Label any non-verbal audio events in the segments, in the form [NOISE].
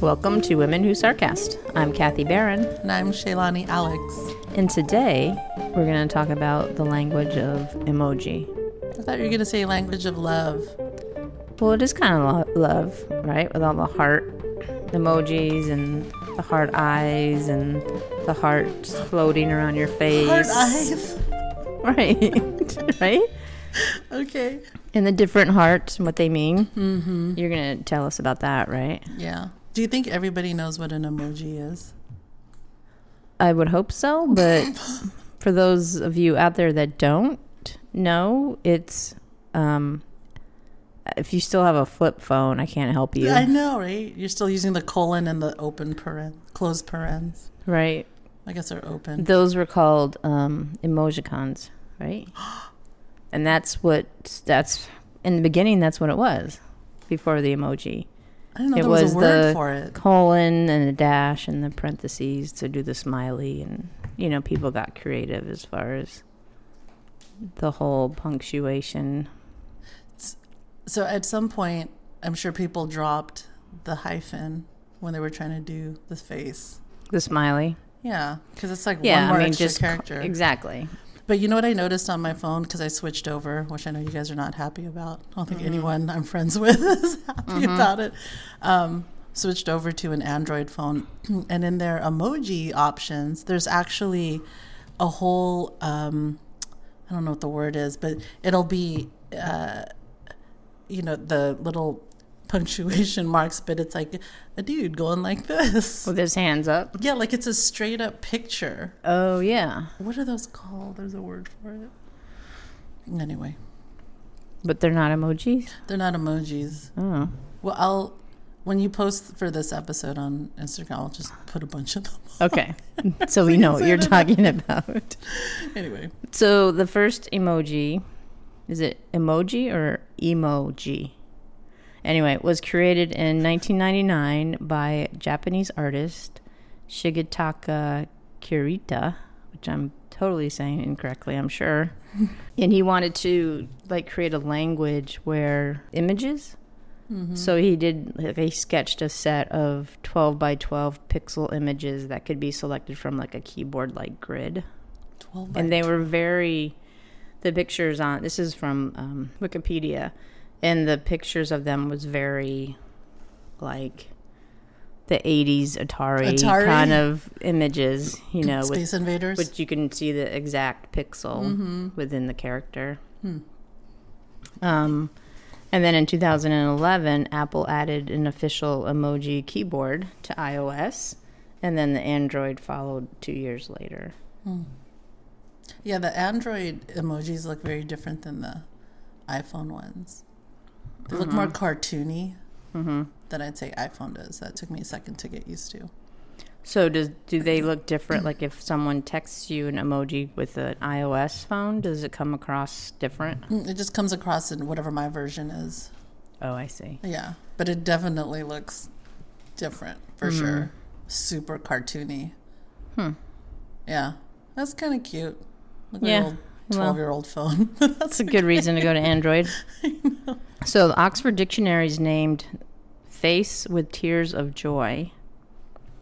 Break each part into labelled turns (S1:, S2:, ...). S1: Welcome to Women Who Sarcast. I'm Kathy Barron,
S2: And I'm Shaylani Alex.
S1: and today we're going to talk about the language of emoji.
S2: I thought you were going to say language of love.
S1: Well, it is kind of lo- love, right? With all the heart emojis and the heart eyes and the hearts floating around your face.
S2: Heart eyes.
S1: [LAUGHS]
S2: [LAUGHS]
S1: Right. [LAUGHS] right?
S2: Okay.
S1: And the different hearts and what they mean. Mm-hmm. You're going to tell us about that, right?
S2: Yeah. Do you think everybody knows what an emoji is?
S1: I would hope so, but
S2: [LAUGHS]
S1: for those of you out there that don't know, it's um if you still have a flip phone, I can't help you.
S2: I know, right? You're still using the colon and the open paren, closed parens.
S1: Right.
S2: I guess they're open.
S1: Those were called um emojicons,
S2: [GASPS]
S1: right? And that's what that's in the beginning that's what it was before the emoji.
S2: I didn't know
S1: it
S2: there
S1: was
S2: was, a word
S1: the-
S2: for it.
S1: Colon and a dash and the parentheses to do the smiley and you know, people got creative as far as the whole punctuation
S2: So at some point, I'm sure people dropped the hyphen when they were trying to do the face.
S1: The smiley.
S2: Yeah, because it's like
S1: Yeah,
S2: one more
S1: I mean,
S2: extra
S1: just
S2: character.
S1: exactly.
S2: But you know what I noticed on my phone because I switched over, which I know you guys are not happy about. I don't think anyone I'm friends [LAUGHS] with is happy about it. Um, switched over to an Android phone, [CLEARS THROAT] and in their emoji options, there's actually a whole um, I don't know what the word is, but it'll be uh, you know the little [LAUGHS] punctuation marks, but it's like a dude going like this.
S1: With his hands up.
S2: Yeah, like it's a straight up picture.
S1: Oh yeah,
S2: What are those called? There's a word for it. Anyway,
S1: but they're not emojis.
S2: they're not emojis.
S1: Oh, [LAUGHS]
S2: Well, I'll when you post for this episode on Instagram, I'll just put a bunch of them. [LAUGHS]
S1: okay. so we know what you're talking about.
S2: Anyway,
S1: So the first emoji, is it emoji or emoji? Anyway, it was created in 1999 by Japanese artist Shigetaka Kirita, which I'm totally saying incorrectly, I'm sure. and he wanted to like create a language where images. So he did like, he sketched a set of 12 by 12 pixel images that could be selected from like a keyboard like grid
S2: twelve.
S1: and uh,
S2: by-
S1: they were very the pictures on this is from um, wikipedia and the pictures of them was very like the 80s atari,
S2: Atari?
S1: kind of images you know with,
S2: Space Invaders.
S1: which you can see the exact pixel within the character um, and then in 2011 apple added an official emoji keyboard to ios and then the android followed two years later
S2: yeah, the Android emojis look very different than the iPhone ones. They
S1: Mm-hmm.
S2: look more cartoony than I'd say iPhone does. That took me a second to get used to.
S1: So does do they look different? Like if someone texts you an emoji with an iOS phone, does it come across different?
S2: Mm, It just comes across in whatever my version is.
S1: Oh, I see.
S2: Yeah, but it definitely looks different
S1: Hmm.
S2: for sure. Super cartoony. Hmm. Yeah, that's kind of cute. Like
S1: Yeah,
S2: yeah. Old
S1: well.
S2: Twelve-year-old phone. [LAUGHS] that's
S1: That's a good reason to go to [LAUGHS] Android. So the Oxford Dictionary's named "face with tears of joy."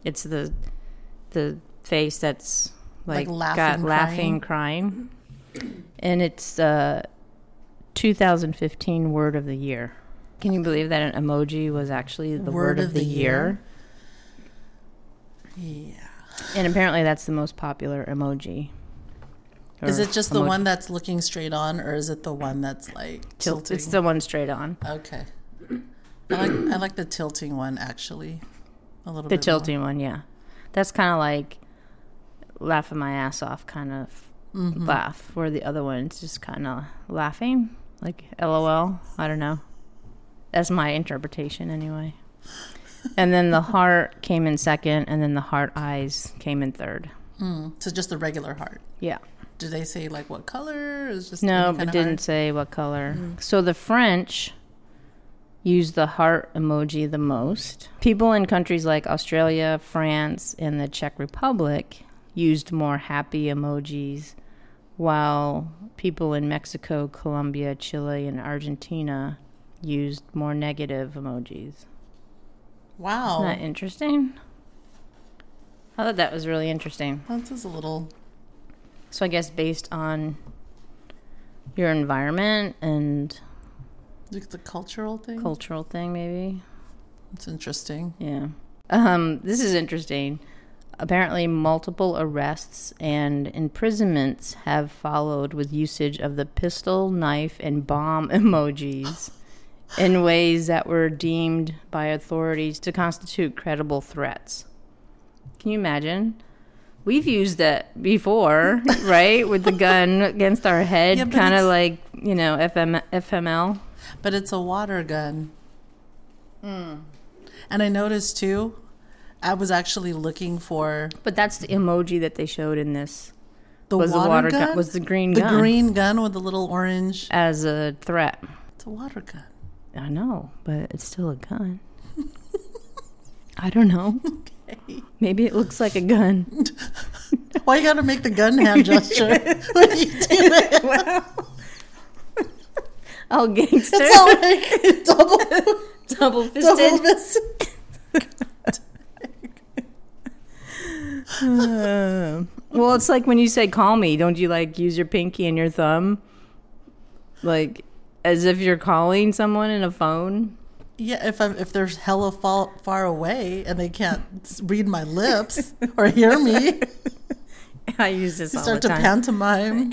S1: It's the the face that's like,
S2: Like
S1: got
S2: laughing,
S1: laughing, crying, and it's uh, 2015 word of the year. Can you believe that an emoji was actually the word, of, the, year?
S2: yeah.
S1: And apparently, that's the most popular emoji.
S2: Is
S1: Or
S2: it just the
S1: emoji-
S2: one that's looking straight on, or is it the one that's like
S1: Tilt-
S2: tilting?
S1: It's the one straight on.
S2: okay. I like I like the tilting one actually, a little
S1: The
S2: bit. more.
S1: tilting one, yeah. That's kind of like laughing my ass off kind of
S2: Mm-hmm.
S1: laugh, where the other one's just kind of laughing, like LOL. I don't know. That's my interpretation, anyway. And then
S2: [LAUGHS]
S1: the heart came in second, and then the heart eyes came in third.
S2: Hmm. So just the regular heart.
S1: Yeah.
S2: Do they say like what color? Is just
S1: No,
S2: any
S1: it
S2: kinda Mm.
S1: didn't
S2: heart?
S1: say what color. So the French use the heart emoji the most. People in countries like Australia, France, and the Czech Republic used more happy emojis while people in Mexico, Colombia, Chile, and Argentina used more negative emojis.
S2: Wow.
S1: Isn't
S2: Oh.
S1: that interesting? I thought that was really interesting.
S2: That's just a little.
S1: So I guess based on your environment and
S2: It's a cultural thing.
S1: cultural thing, maybe.
S2: It's interesting.
S1: Yeah. Um, this is interesting. Apparently, multiple arrests and imprisonments have followed with usage of the pistol, knife, and bomb [LAUGHS] emojis in ways that were deemed by authorities to constitute credible threats. Can you imagine? We've used that
S2: [LAUGHS]
S1: before, right? With the gun against our head,
S2: Yeah, but
S1: kind of
S2: it's-
S1: like, you know, FM, FML.
S2: But it's a water gun. Mm. And I noticed too, I was actually looking for
S1: But that's the emoji that they showed in this.
S2: the
S1: was
S2: water,
S1: the water gun?
S2: gun.
S1: was the green
S2: the
S1: gun
S2: green gun with the little orange.
S1: as a threat.
S2: It's a water gun.
S1: I know, but it's still a gun. I don't [LAUGHS] know. Maybe it looks like a [LAUGHS] gun.
S2: Why you gotta make the
S1: [LAUGHS]
S2: gun hand gesture when you do it?
S1: Oh, gangster,
S2: It's all like double,
S1: [LAUGHS] double fisted.
S2: double fist.
S1: [LAUGHS] Uh, well, it's like when you say "call me," don't you like use your pinky and your thumb, like as if you're calling someone in a phone?
S2: Yeah, if I'm if they're hella far, far away and they can't s- read my lips or hear me,
S1: [LAUGHS] I use this all
S2: start
S1: the
S2: to
S1: time. [LAUGHS]
S2: pantomime.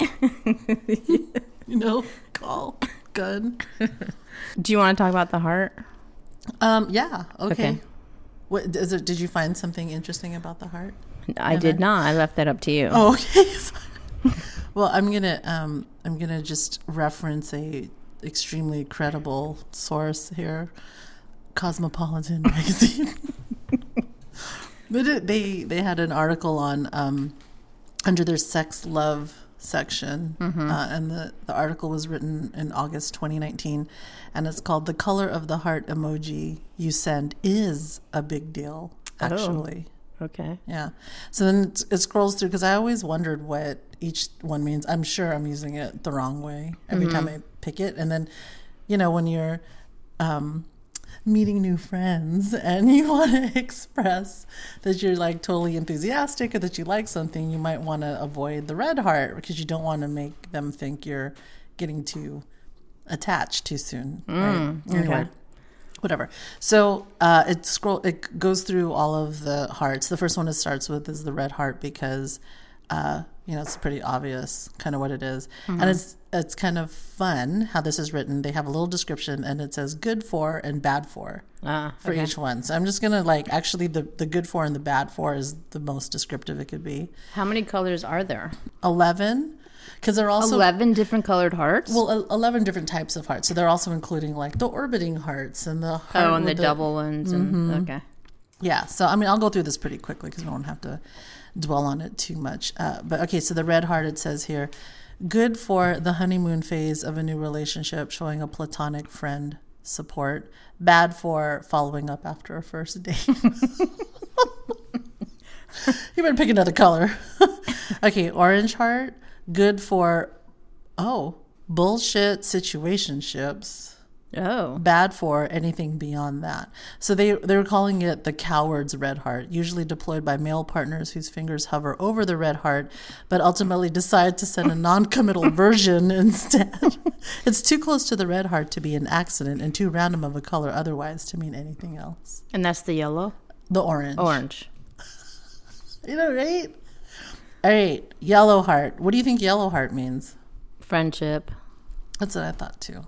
S2: you know, call gun.
S1: Do you want to talk about the heart?
S2: Um, yeah. Okay.
S1: Okay.
S2: What is it? Did you find something interesting about the heart?
S1: I did not. I left that up to you.
S2: Oh, okay. [LAUGHS] Sorry. well, I'm gonna um, I'm gonna just reference a extremely credible source here, Cosmopolitan [LAUGHS] magazine. but it, they they had an article on um, under their sex love section,
S1: Mm-hmm.
S2: uh, and the the article was written in August 2019, and it's called "The Color of the Heart Emoji You Send Is a Big Deal."
S1: Oh.
S2: Actually.
S1: Okay.
S2: Yeah. So then it, it scrolls through because I always wondered what each one means. I'm sure I'm using it the wrong way every time I pick it. And then, you know, when you're um, meeting new friends [LAUGHS] and you want to express that you're like totally enthusiastic or that you like something, you might want to avoid the red heart because you don't want to make them think you're getting too attached too soon. right? Anyway
S1: okay.
S2: whatever. So uh, it scroll it goes through all of the hearts. The first one it starts with is the red heart because uh, you know it's pretty obvious kind of what it is.
S1: Mm-hmm.
S2: and it's it's kind of fun how this is written. They have a little description and it says good for and bad for
S1: Ah,
S2: for
S1: okay.
S2: each one. So I'm just gonna like actually the the good for and the bad for is the most descriptive it could be.
S1: How many colors are there?
S2: Eleven because they're also
S1: 11 different colored hearts?
S2: well el- eleven different types of hearts. So they're also including like the orbiting hearts and the heart
S1: oh, and the,
S2: with
S1: double ones. And, okay.
S2: Yeah, so I mean, I'll go through this pretty quickly because we won't have to dwell on it too much. Uh, but okay, so the red heart it says here, good for the honeymoon phase of a new relationship, showing a platonic friend support. Bad for following up after a first date. [LAUGHS] you better pick another color. [LAUGHS] okay, orange heart, good for oh bullshit situationships
S1: Oh.
S2: bad for anything beyond that. So they they were calling it the coward's red heart, usually deployed by male partners whose fingers hover over the red heart, but ultimately decide to send a non-committal version instead. [LAUGHS] it's too close to the red heart to be an accident, and too random of a color otherwise to mean anything else.
S1: And that's the yellow?
S2: The orange,
S1: Orange.
S2: you know, right? All right, yellow heart. What do you think yellow heart means?
S1: Friendship.
S2: That's what I thought too.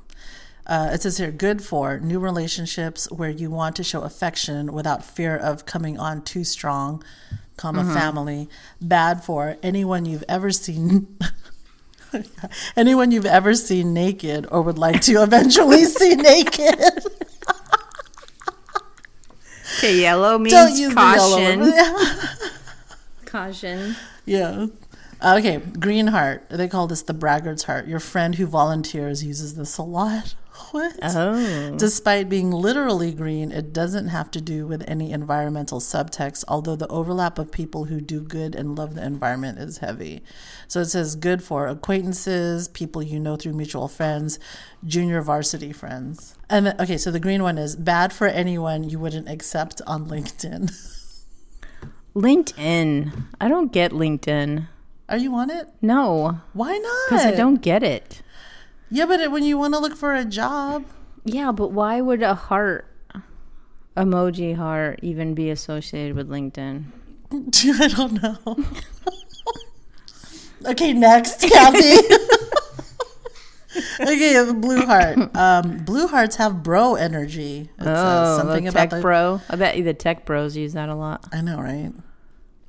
S2: Uh, it says here, good for new relationships where you want to show affection without fear of coming on too strong, comma family. Bad for anyone you've ever seen, [LAUGHS] anyone you've ever seen naked or would like to eventually see naked. [LAUGHS]
S1: Okay, yellow means
S2: [LAUGHS] Don't use the yellow
S1: caution.
S2: one.
S1: Caution.
S2: yeah. Okay, green heart. They call this the braggart's heart. Your friend who volunteers uses this a lot. [LAUGHS] What?
S1: Oh.
S2: Despite being literally green, it doesn't have to do with any environmental subtext, although the overlap of people who do good and love the environment is heavy. So it says good for acquaintances, people you know through mutual friends, junior varsity friends. And then, okay, so the green one is bad for anyone you wouldn't accept on LinkedIn. [LAUGHS]
S1: LinkedIn. I don't get LinkedIn.
S2: Are you on it?
S1: No,
S2: Why not?
S1: because I don't get it.
S2: Yeah, but it- when you want to look for a job, [LAUGHS]
S1: Yeah, but why would a heart emoji heart even be associated with LinkedIn?
S2: I don't know.
S1: [LAUGHS]
S2: okay, next, Kathy. [LAUGHS] okay, the blue heart. Um, blue hearts have bro energy. It
S1: Oh, the tech bro. I bet you the tech bros use that a lot.
S2: I know, right?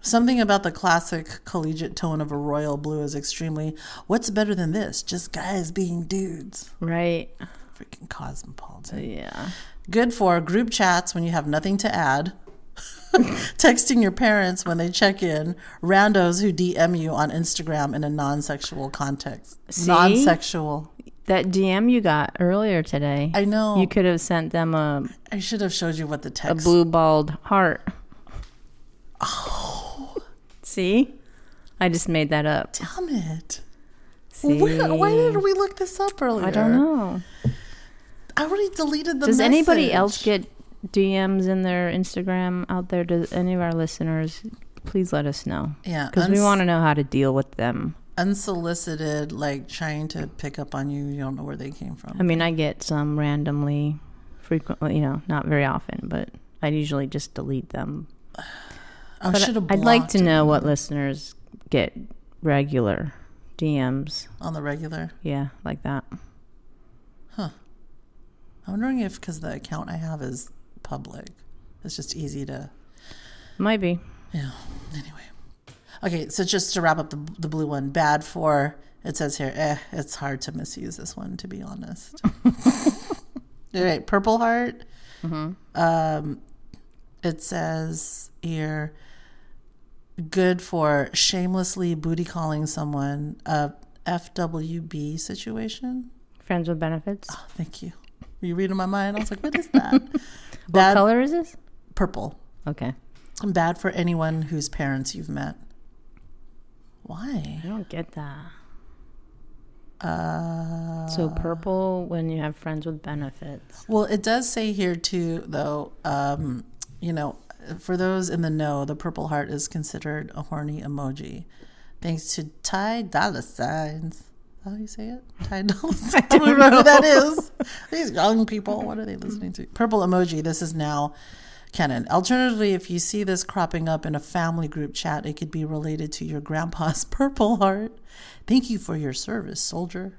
S2: Something about the classic collegiate tone of a royal blue is extremely. What's better than this? Just guys being dudes.
S1: Right.
S2: Freaking cosmopolitan.
S1: Yeah.
S2: Good for group chats when you have nothing to add, [LAUGHS] texting your parents when they check in, randos who DM you on Instagram in a non sexual context.
S1: See?
S2: Non sexual.
S1: That DM you got earlier today.
S2: I know.
S1: You could have sent them a,
S2: I should have showed you what the
S1: a
S2: text.
S1: blue balled heart. Oh.
S2: Oh.
S1: See? I just made that up.
S2: Damn it.
S1: See?
S2: Where, why did we look this up earlier?
S1: I don't know.
S2: I already deleted the
S1: Does anybody
S2: message.
S1: else get DMs in their Instagram out there? Does any of our listeners? Please let us know
S2: Yeah.
S1: because we
S2: uns-
S1: want to know how to deal with them.
S2: Unsolicited, like trying to pick up on you. You don't know where they came from.
S1: I mean, I get some randomly, frequently, you know, not very often, but I usually just delete them.
S2: I
S1: But
S2: should have
S1: I'd like to
S2: blocked
S1: know what listeners get regular DMs.
S2: on the regular.
S1: Yeah, like that.
S2: I'm wondering if because the account I have is public, it's just easy to.
S1: Might be.
S2: Yeah. Anyway. Okay, so just to wrap up the the blue one, bad for it says here. Eh, it's hard to misuse this one, to be honest. [LAUGHS] All right, purple heart. Um, it says here, good for shamelessly booty calling someone uh, a FWB situation.
S1: Friends with benefits.
S2: Oh, thank you. You reading my mind? I was like, what is
S1: [LAUGHS]
S2: that? bad
S1: What color is this?
S2: purple.
S1: Okay.
S2: Bad for anyone whose parents you've met. Why?
S1: I don't get that. Uh, so purple when you have friends with benefits.
S2: Well, it does say here too, though. Um, you know, for those in the know, the purple heart is considered a horny emoji, thanks to Ty Dolla Signs. Is that How do you say it? Ty Dolla Signs. I don't remember who that is. These young people, what are they listening to? Purple emoji. This is now canon. Alternatively, if you see this cropping up in a family group chat, it could be related to your grandpa's [LAUGHS] purple heart. Thank you for your service, soldier.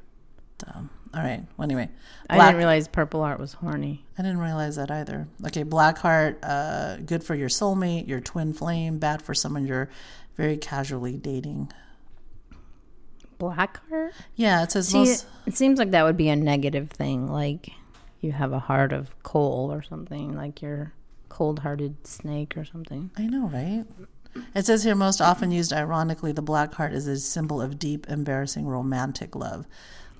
S2: Dumb. All right. Well, anyway,
S1: I
S2: black
S1: didn't realize purple art was horny.
S2: I didn't realize that either. Okay, Blackheart, uh, good for your soulmate, your twin flame, bad for someone you're very casually dating.
S1: Black art?
S2: Yeah, it says
S1: See,
S2: most.
S1: it, it seems like that would be a negative thing. Like you have a heart of coal or something, like you're cold-hearted snake or something.
S2: I know, right? It says here most often used ironically, the black heart is a symbol of deep, embarrassing romantic love.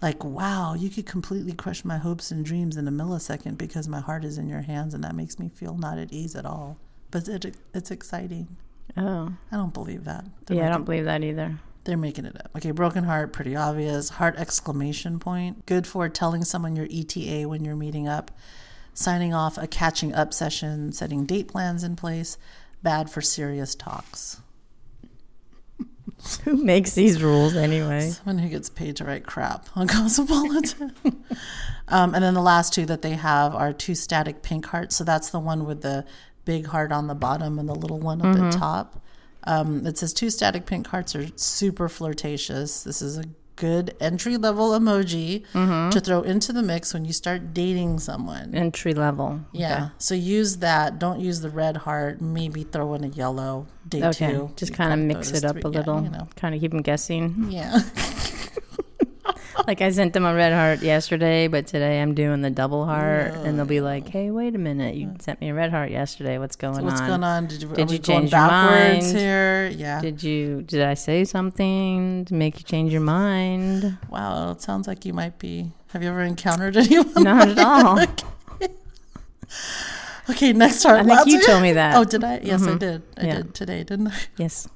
S2: Like, wow, you could completely crush my hopes and dreams in a millisecond because my heart is in your hands, and that makes me feel not at ease at all. But it, it's exciting.
S1: Oh,
S2: I don't believe that.
S1: yeah, I don't believe that either.
S2: They're making it up. Okay, broken heart, pretty obvious. Heart exclamation point. Good for telling someone your ETA when you're meeting up. Signing off a catching up session, setting date plans in place. Bad for serious talks.
S1: [LAUGHS] Who makes these rules anyway?
S2: Someone who gets paid to write crap on [LAUGHS] Cosmopolitan. um, and then the last two that they have are two static pink hearts. So that's the one with the big heart on the bottom and the little one up
S1: Mm-hmm.
S2: at the top. Um, it says two static pink hearts are super flirtatious. This is a good entry level emoji
S1: Mm-hmm.
S2: to throw into the mix when you start dating someone.
S1: Entry level.
S2: Yeah. So use that. Don't use the red heart. Maybe throw in a yellow. Day
S1: Okay.
S2: two.
S1: Just
S2: You
S1: kind of
S2: can
S1: mix
S2: throw
S1: it [LAUGHS]
S2: those
S1: up a
S2: three- yeah,
S1: little.
S2: you know.
S1: Kind of keep them guessing.
S2: Yeah.
S1: [LAUGHS] like I sent them a red heart yesterday, but today I'm doing the double heart, and they'll be like, "Hey, wait a minute! You sent me a red heart yesterday. What's going on?
S2: What's going on? Did you,
S1: Did
S2: are we
S1: you
S2: going
S1: change your
S2: backwards
S1: mind?
S2: here? Yeah.
S1: Did you? Did I say something to make you change your mind?
S2: [LAUGHS] wow. It sounds like you might be. Have you ever encountered [LAUGHS] anyone?
S1: Not at
S2: [LAUGHS]
S1: all.
S2: Okay, next
S1: I
S2: heart.
S1: think you
S2: Lobster.
S1: told me that.
S2: [LAUGHS]
S1: Mm-hmm.
S2: Oh, did I? Yes, I did. I
S1: Yeah.
S2: did today, didn't I? [LAUGHS]
S1: yes.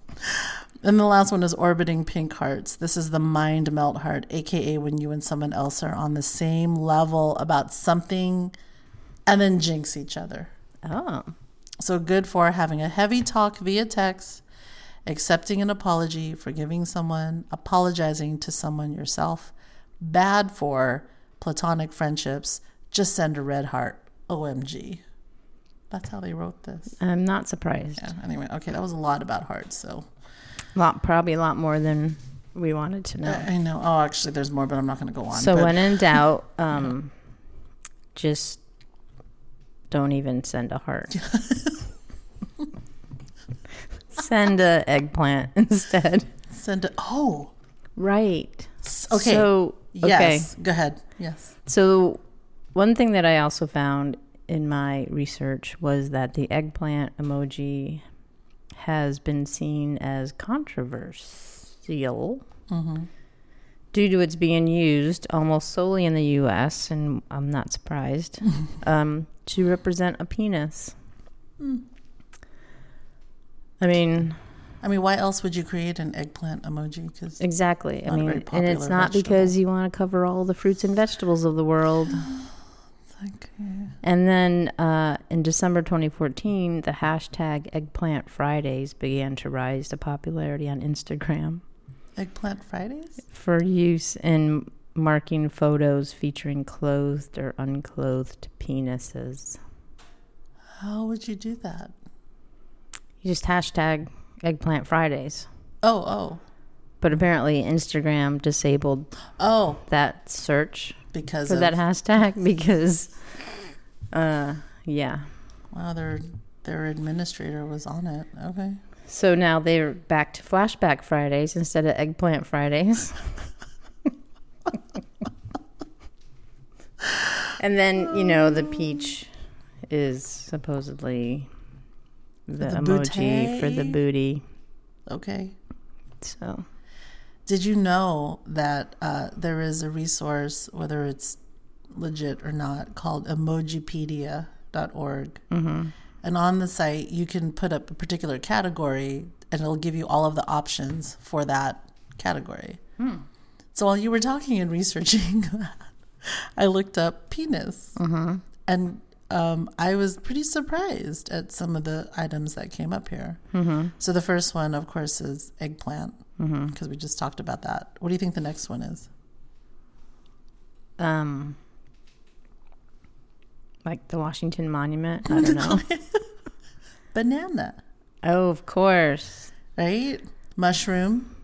S2: And the last one is orbiting pink hearts. This is the mind melt heart, aka when you and someone else are on the same level about something and then jinx each other.
S1: Oh,
S2: So good for having a heavy talk via text, accepting an apology, forgiving someone, apologizing to someone yourself. Bad for platonic friendships. Just send a red heart. OMG. That's how they wrote this.
S1: I'm not surprised.
S2: Yeah, anyway, okay, that was a lot about hearts, so
S1: Lot probably a lot more than we wanted to know.
S2: I know. Oh, actually, there's more, but I'm not going to go on.
S1: So
S2: but
S1: when
S2: [LAUGHS]
S1: in doubt, um, just don't even send a
S2: [LAUGHS]
S1: heart. send a eggplant [LAUGHS] instead.
S2: send it. Oh,
S1: Right.
S2: s- okay.
S1: So okay.
S2: yes. Go ahead. Yes.
S1: So one thing that I also found in my research was that the eggplant emoji has been seen as controversial
S2: Mm-hmm.
S1: due to its being used almost solely in the U.S. and I'm not
S2: [LAUGHS]
S1: surprised um, to represent a penis.
S2: Hmm.
S1: I mean,
S2: I mean, why else would you create an eggplant emoji? Because
S1: exactly. I
S2: Not a
S1: mean,
S2: very
S1: and it's
S2: popular
S1: not because you want to cover all the fruits and vegetables of the
S2: [SIGHS]
S1: world.
S2: like, eh,
S1: And then uh, in December 2014, the hashtag Eggplant Fridays began to rise to popularity on Instagram
S2: eggplant Fridays.
S1: for use in marking photos featuring clothed or unclothed penises.
S2: How would you do that?
S1: You just hashtag Eggplant Fridays.
S2: Oh, oh,
S1: But apparently, Instagram disabled
S2: oh,
S1: that search
S2: because
S1: for
S2: of,
S1: that hashtag [LAUGHS] because, uh, yeah.
S2: wow, their their administrator was on it. Okay.
S1: So now they're back to Flashback Fridays instead of Eggplant Fridays. [LAUGHS] and then, you know, the peach is supposedly the,
S2: the
S1: emoji for the
S2: booty.
S1: booty.
S2: Okay.
S1: So,
S2: Did you know that uh, there is a resource, whether it's legit or not, called emojipedia.org? Mm-hmm. And on the site, you can put up a particular category and it'll give you all of the options for that category. So while you were talking and researching [LAUGHS] that, I looked up penis. And um, I was pretty surprised at some of the items that came up here. Mm-hmm. So the first one, of course, is eggplant, because we just talked about that. What do you think the next one is?
S1: um, like the Washington Monument.
S2: [LAUGHS]
S1: I don't know.
S2: Banana,
S1: oh, of course.
S2: right? Mushroom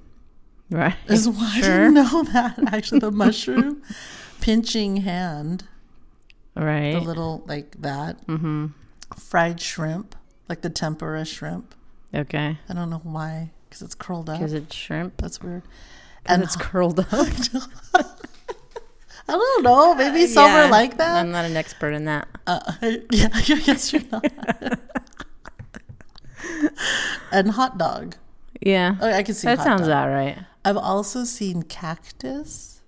S1: Right.
S2: [LAUGHS] is why I
S1: Sure.
S2: didn't know that. Actually,
S1: [LAUGHS]
S2: the mushroom, pinching hand, the
S1: Right.
S2: little like that. Mm-hmm. Fried shrimp, like the tempura shrimp.
S1: Okay.
S2: I don't know why, because it's curled up.
S1: Because it's shrimp [LAUGHS]
S2: That's weird.
S1: and
S2: And
S1: it's curled up.
S2: [LAUGHS] I don't know. [LAUGHS] Maybe some
S1: Yeah. Um,
S2: are like that.
S1: I'm not an expert in that.
S2: Uh, yeah, [LAUGHS] I guess you're
S1: [LAUGHS]
S2: not. and hot dog.
S1: Yeah.
S2: Oh, I can see
S1: That
S2: hot
S1: sounds
S2: dog.
S1: all right.
S2: I've also seen cactus,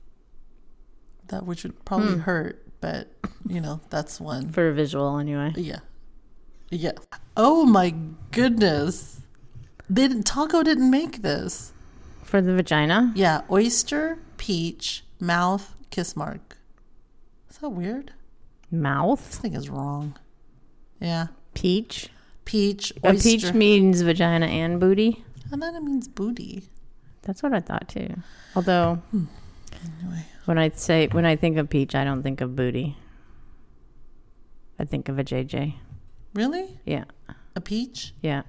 S2: that which would probably
S1: Hmm.
S2: hurt, but you know that's one.
S1: For a visual, anyway.
S2: Yeah, yeah. Oh my goodness, they didn't, Taco didn't make this.
S1: For the vagina?
S2: Yeah, oyster, peach, mouth, kiss mark. Is that weird?
S1: Mouth?
S2: This thing is wrong. Yeah,
S1: Peach?
S2: peach,
S1: A
S2: oyster.
S1: peach means vagina and booty.
S2: And then it means booty.
S1: That's what I thought too. Although,
S2: Anyway.
S1: when I say when I think of peach, I don't think of booty. I think of a JJ.
S2: Really?
S1: Yeah,
S2: A peach?
S1: yeah.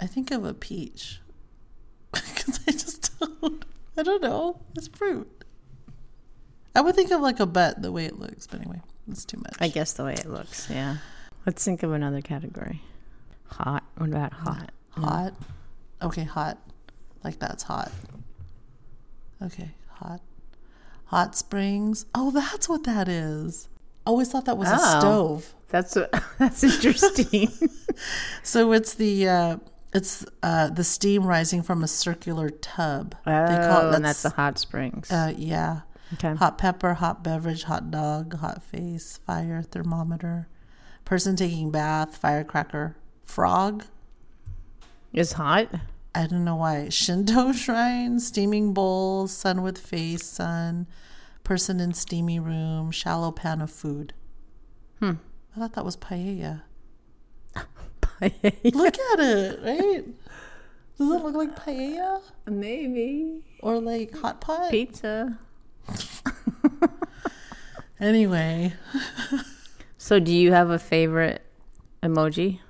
S2: I think of a peach. [LAUGHS] Because I just don't. I don't know. It's fruit. I would think of like a butt the way it looks, but anyway, it's too much.
S1: I guess the way it looks. Yeah. Let's think of another category. Hot. What about hot?
S2: hot. Okay, hot. Like that's hot. Okay, hot. hot springs. Oh, that's what that is. I always thought that was
S1: Oh.
S2: a stove.
S1: That's a, [LAUGHS] that's [LAUGHS] interesting.
S2: So it's the uh, it's uh, the steam rising from a circular tub. they
S1: oh, and that's the hot springs.
S2: uh, yeah.
S1: okay.
S2: Hot pepper, hot beverage, hot dog, hot face, fire, thermometer, person taking bath, firecracker, frog.
S1: It's hot.
S2: I don't know why. [LAUGHS] Shinto shrine, steaming bowl, sun with face, sun, person in steamy room, shallow pan of food. Hmm. I thought that was paella. Look at it, right? Does it look like paella
S1: [LAUGHS] Maybe
S2: or like hot pot?
S1: pizza.
S2: Anyway,
S1: So, do you have a favorite emoji?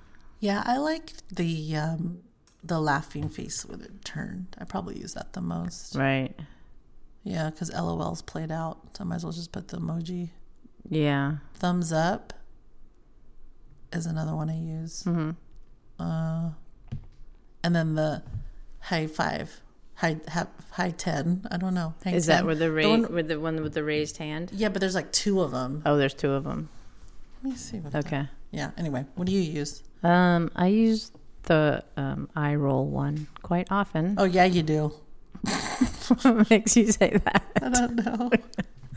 S2: yeah, I like the um, the laughing face with it turned. I probably use that the most.
S1: Right.
S2: Yeah, because LOL's played out. So I might as well just put the emoji.
S1: Yeah.
S2: Thumbs up is another one I use. Uh,
S1: Mm-hmm.
S2: and then the high five, high ha- high ten. I don't know. High
S1: Is that
S2: 10.
S1: where the, ra-
S2: one-
S1: with the one with the raised hand?
S2: Yeah, but there's like two of them.
S1: Oh, there's two of them.
S2: Let me see. What
S1: Okay.
S2: Yeah. Anyway, what do you use?
S1: Um, I use the um, eye roll one quite often. [LAUGHS]
S2: Oh yeah, you do. [LAUGHS]
S1: Makes you say that.
S2: I don't know.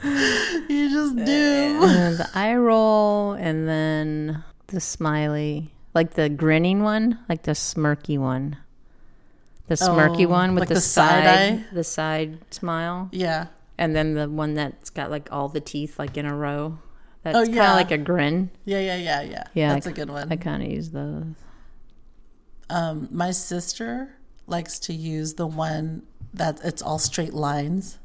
S2: [LAUGHS] you just do.
S1: Uh, the eye roll and then the smiley, like the grinning one, like the smirky one. The smirky
S2: Oh,
S1: one with
S2: like
S1: the,
S2: the
S1: side,
S2: side eye?
S1: the side smile,
S2: Yeah.
S1: and then the one that's got like all the teeth like in a row. That's
S2: Oh,
S1: kind of
S2: yeah.
S1: like a grin.
S2: Yeah, yeah, yeah, yeah.
S1: Yeah,
S2: That's
S1: I-
S2: a good one.
S1: I kind of use those.
S2: Um, my sister likes to use the one that it's all straight lines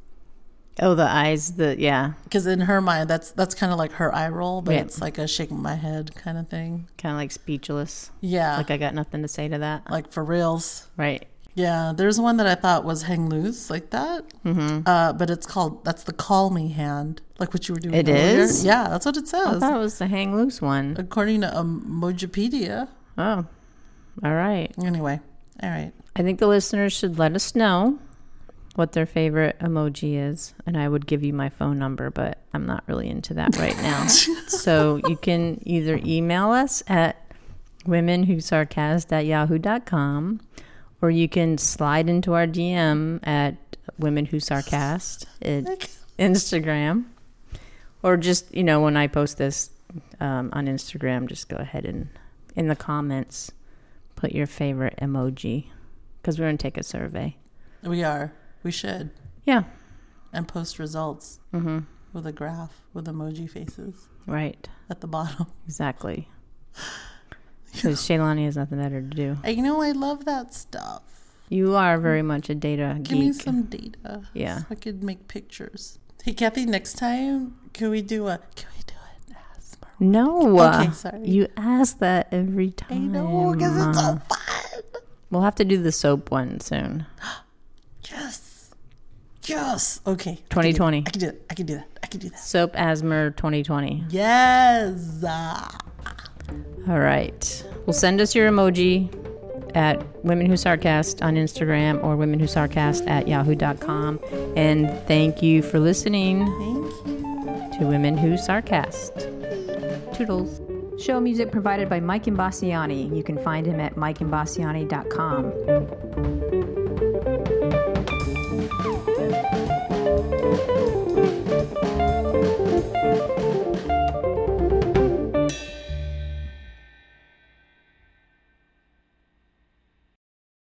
S1: Oh, the eyes. The yeah,
S2: because in her mind that's that's kind of like her eye roll, but
S1: Yeah.
S2: it's like a shaking my head kind of thing.
S1: kind of like speechless.
S2: Yeah,
S1: Like
S2: like,
S1: I got nothing to say to that.
S2: for reals.
S1: Right.
S2: Yeah, there's one that I thought was hang loose like that, mm-hmm. uh, but it's called that's the call me hand, like what you were doing.
S1: It
S2: earlier.
S1: is?
S2: Yeah, that's what
S1: I
S2: it says
S1: thought it was the hang loose one.
S2: according to um, Emojipedia.
S1: Oh, all right.
S2: Anyway, all right.
S1: I think the listeners should let us know what their favorite emoji is, and I would give you my phone number, but I'm not really into that right now. so you can either email us at womenwhosarcast at yahoo.com or you can slide into our DM at women who sarcast at Instagram. Or just, you know, when I post this um, on Instagram, just go ahead and in the comments put your favorite emoji because we're going to take a survey.
S2: We are. We should.
S1: Yeah, Mm-hmm.
S2: and post results with a graph with emoji faces
S1: right.
S2: at the bottom. [LAUGHS] [GASPS]
S1: Exactly. Because Shaylani has nothing better to do.
S2: And you know, I love that stuff.
S1: You are very much a data
S2: Mm. Give me
S1: geek.
S2: some data.
S1: Yeah.
S2: So I could make pictures. Hey, Kathy, next time, can we do a. Can we do an ASMR?
S1: no.
S2: Okay, sorry.
S1: You ask that every time.
S2: I know, because it's so fun.
S1: We'll have to do the soap one soon.
S2: Yes. Yes. Okay. I can do-
S1: 2020.
S2: I can do it. I can do that. I can do that.
S1: Soap Asthma 2020.
S2: Yes. Ah.
S1: All right. Well, send us your emoji at Women Who Sarcast on Instagram or Women Who Sarcast at yahoo.com. And thank you for listening.
S2: Thank you.
S1: to women who sarcast. Toodles. Show music provided by Mike Imbassiani. You can find him at mikeimbassiani.com.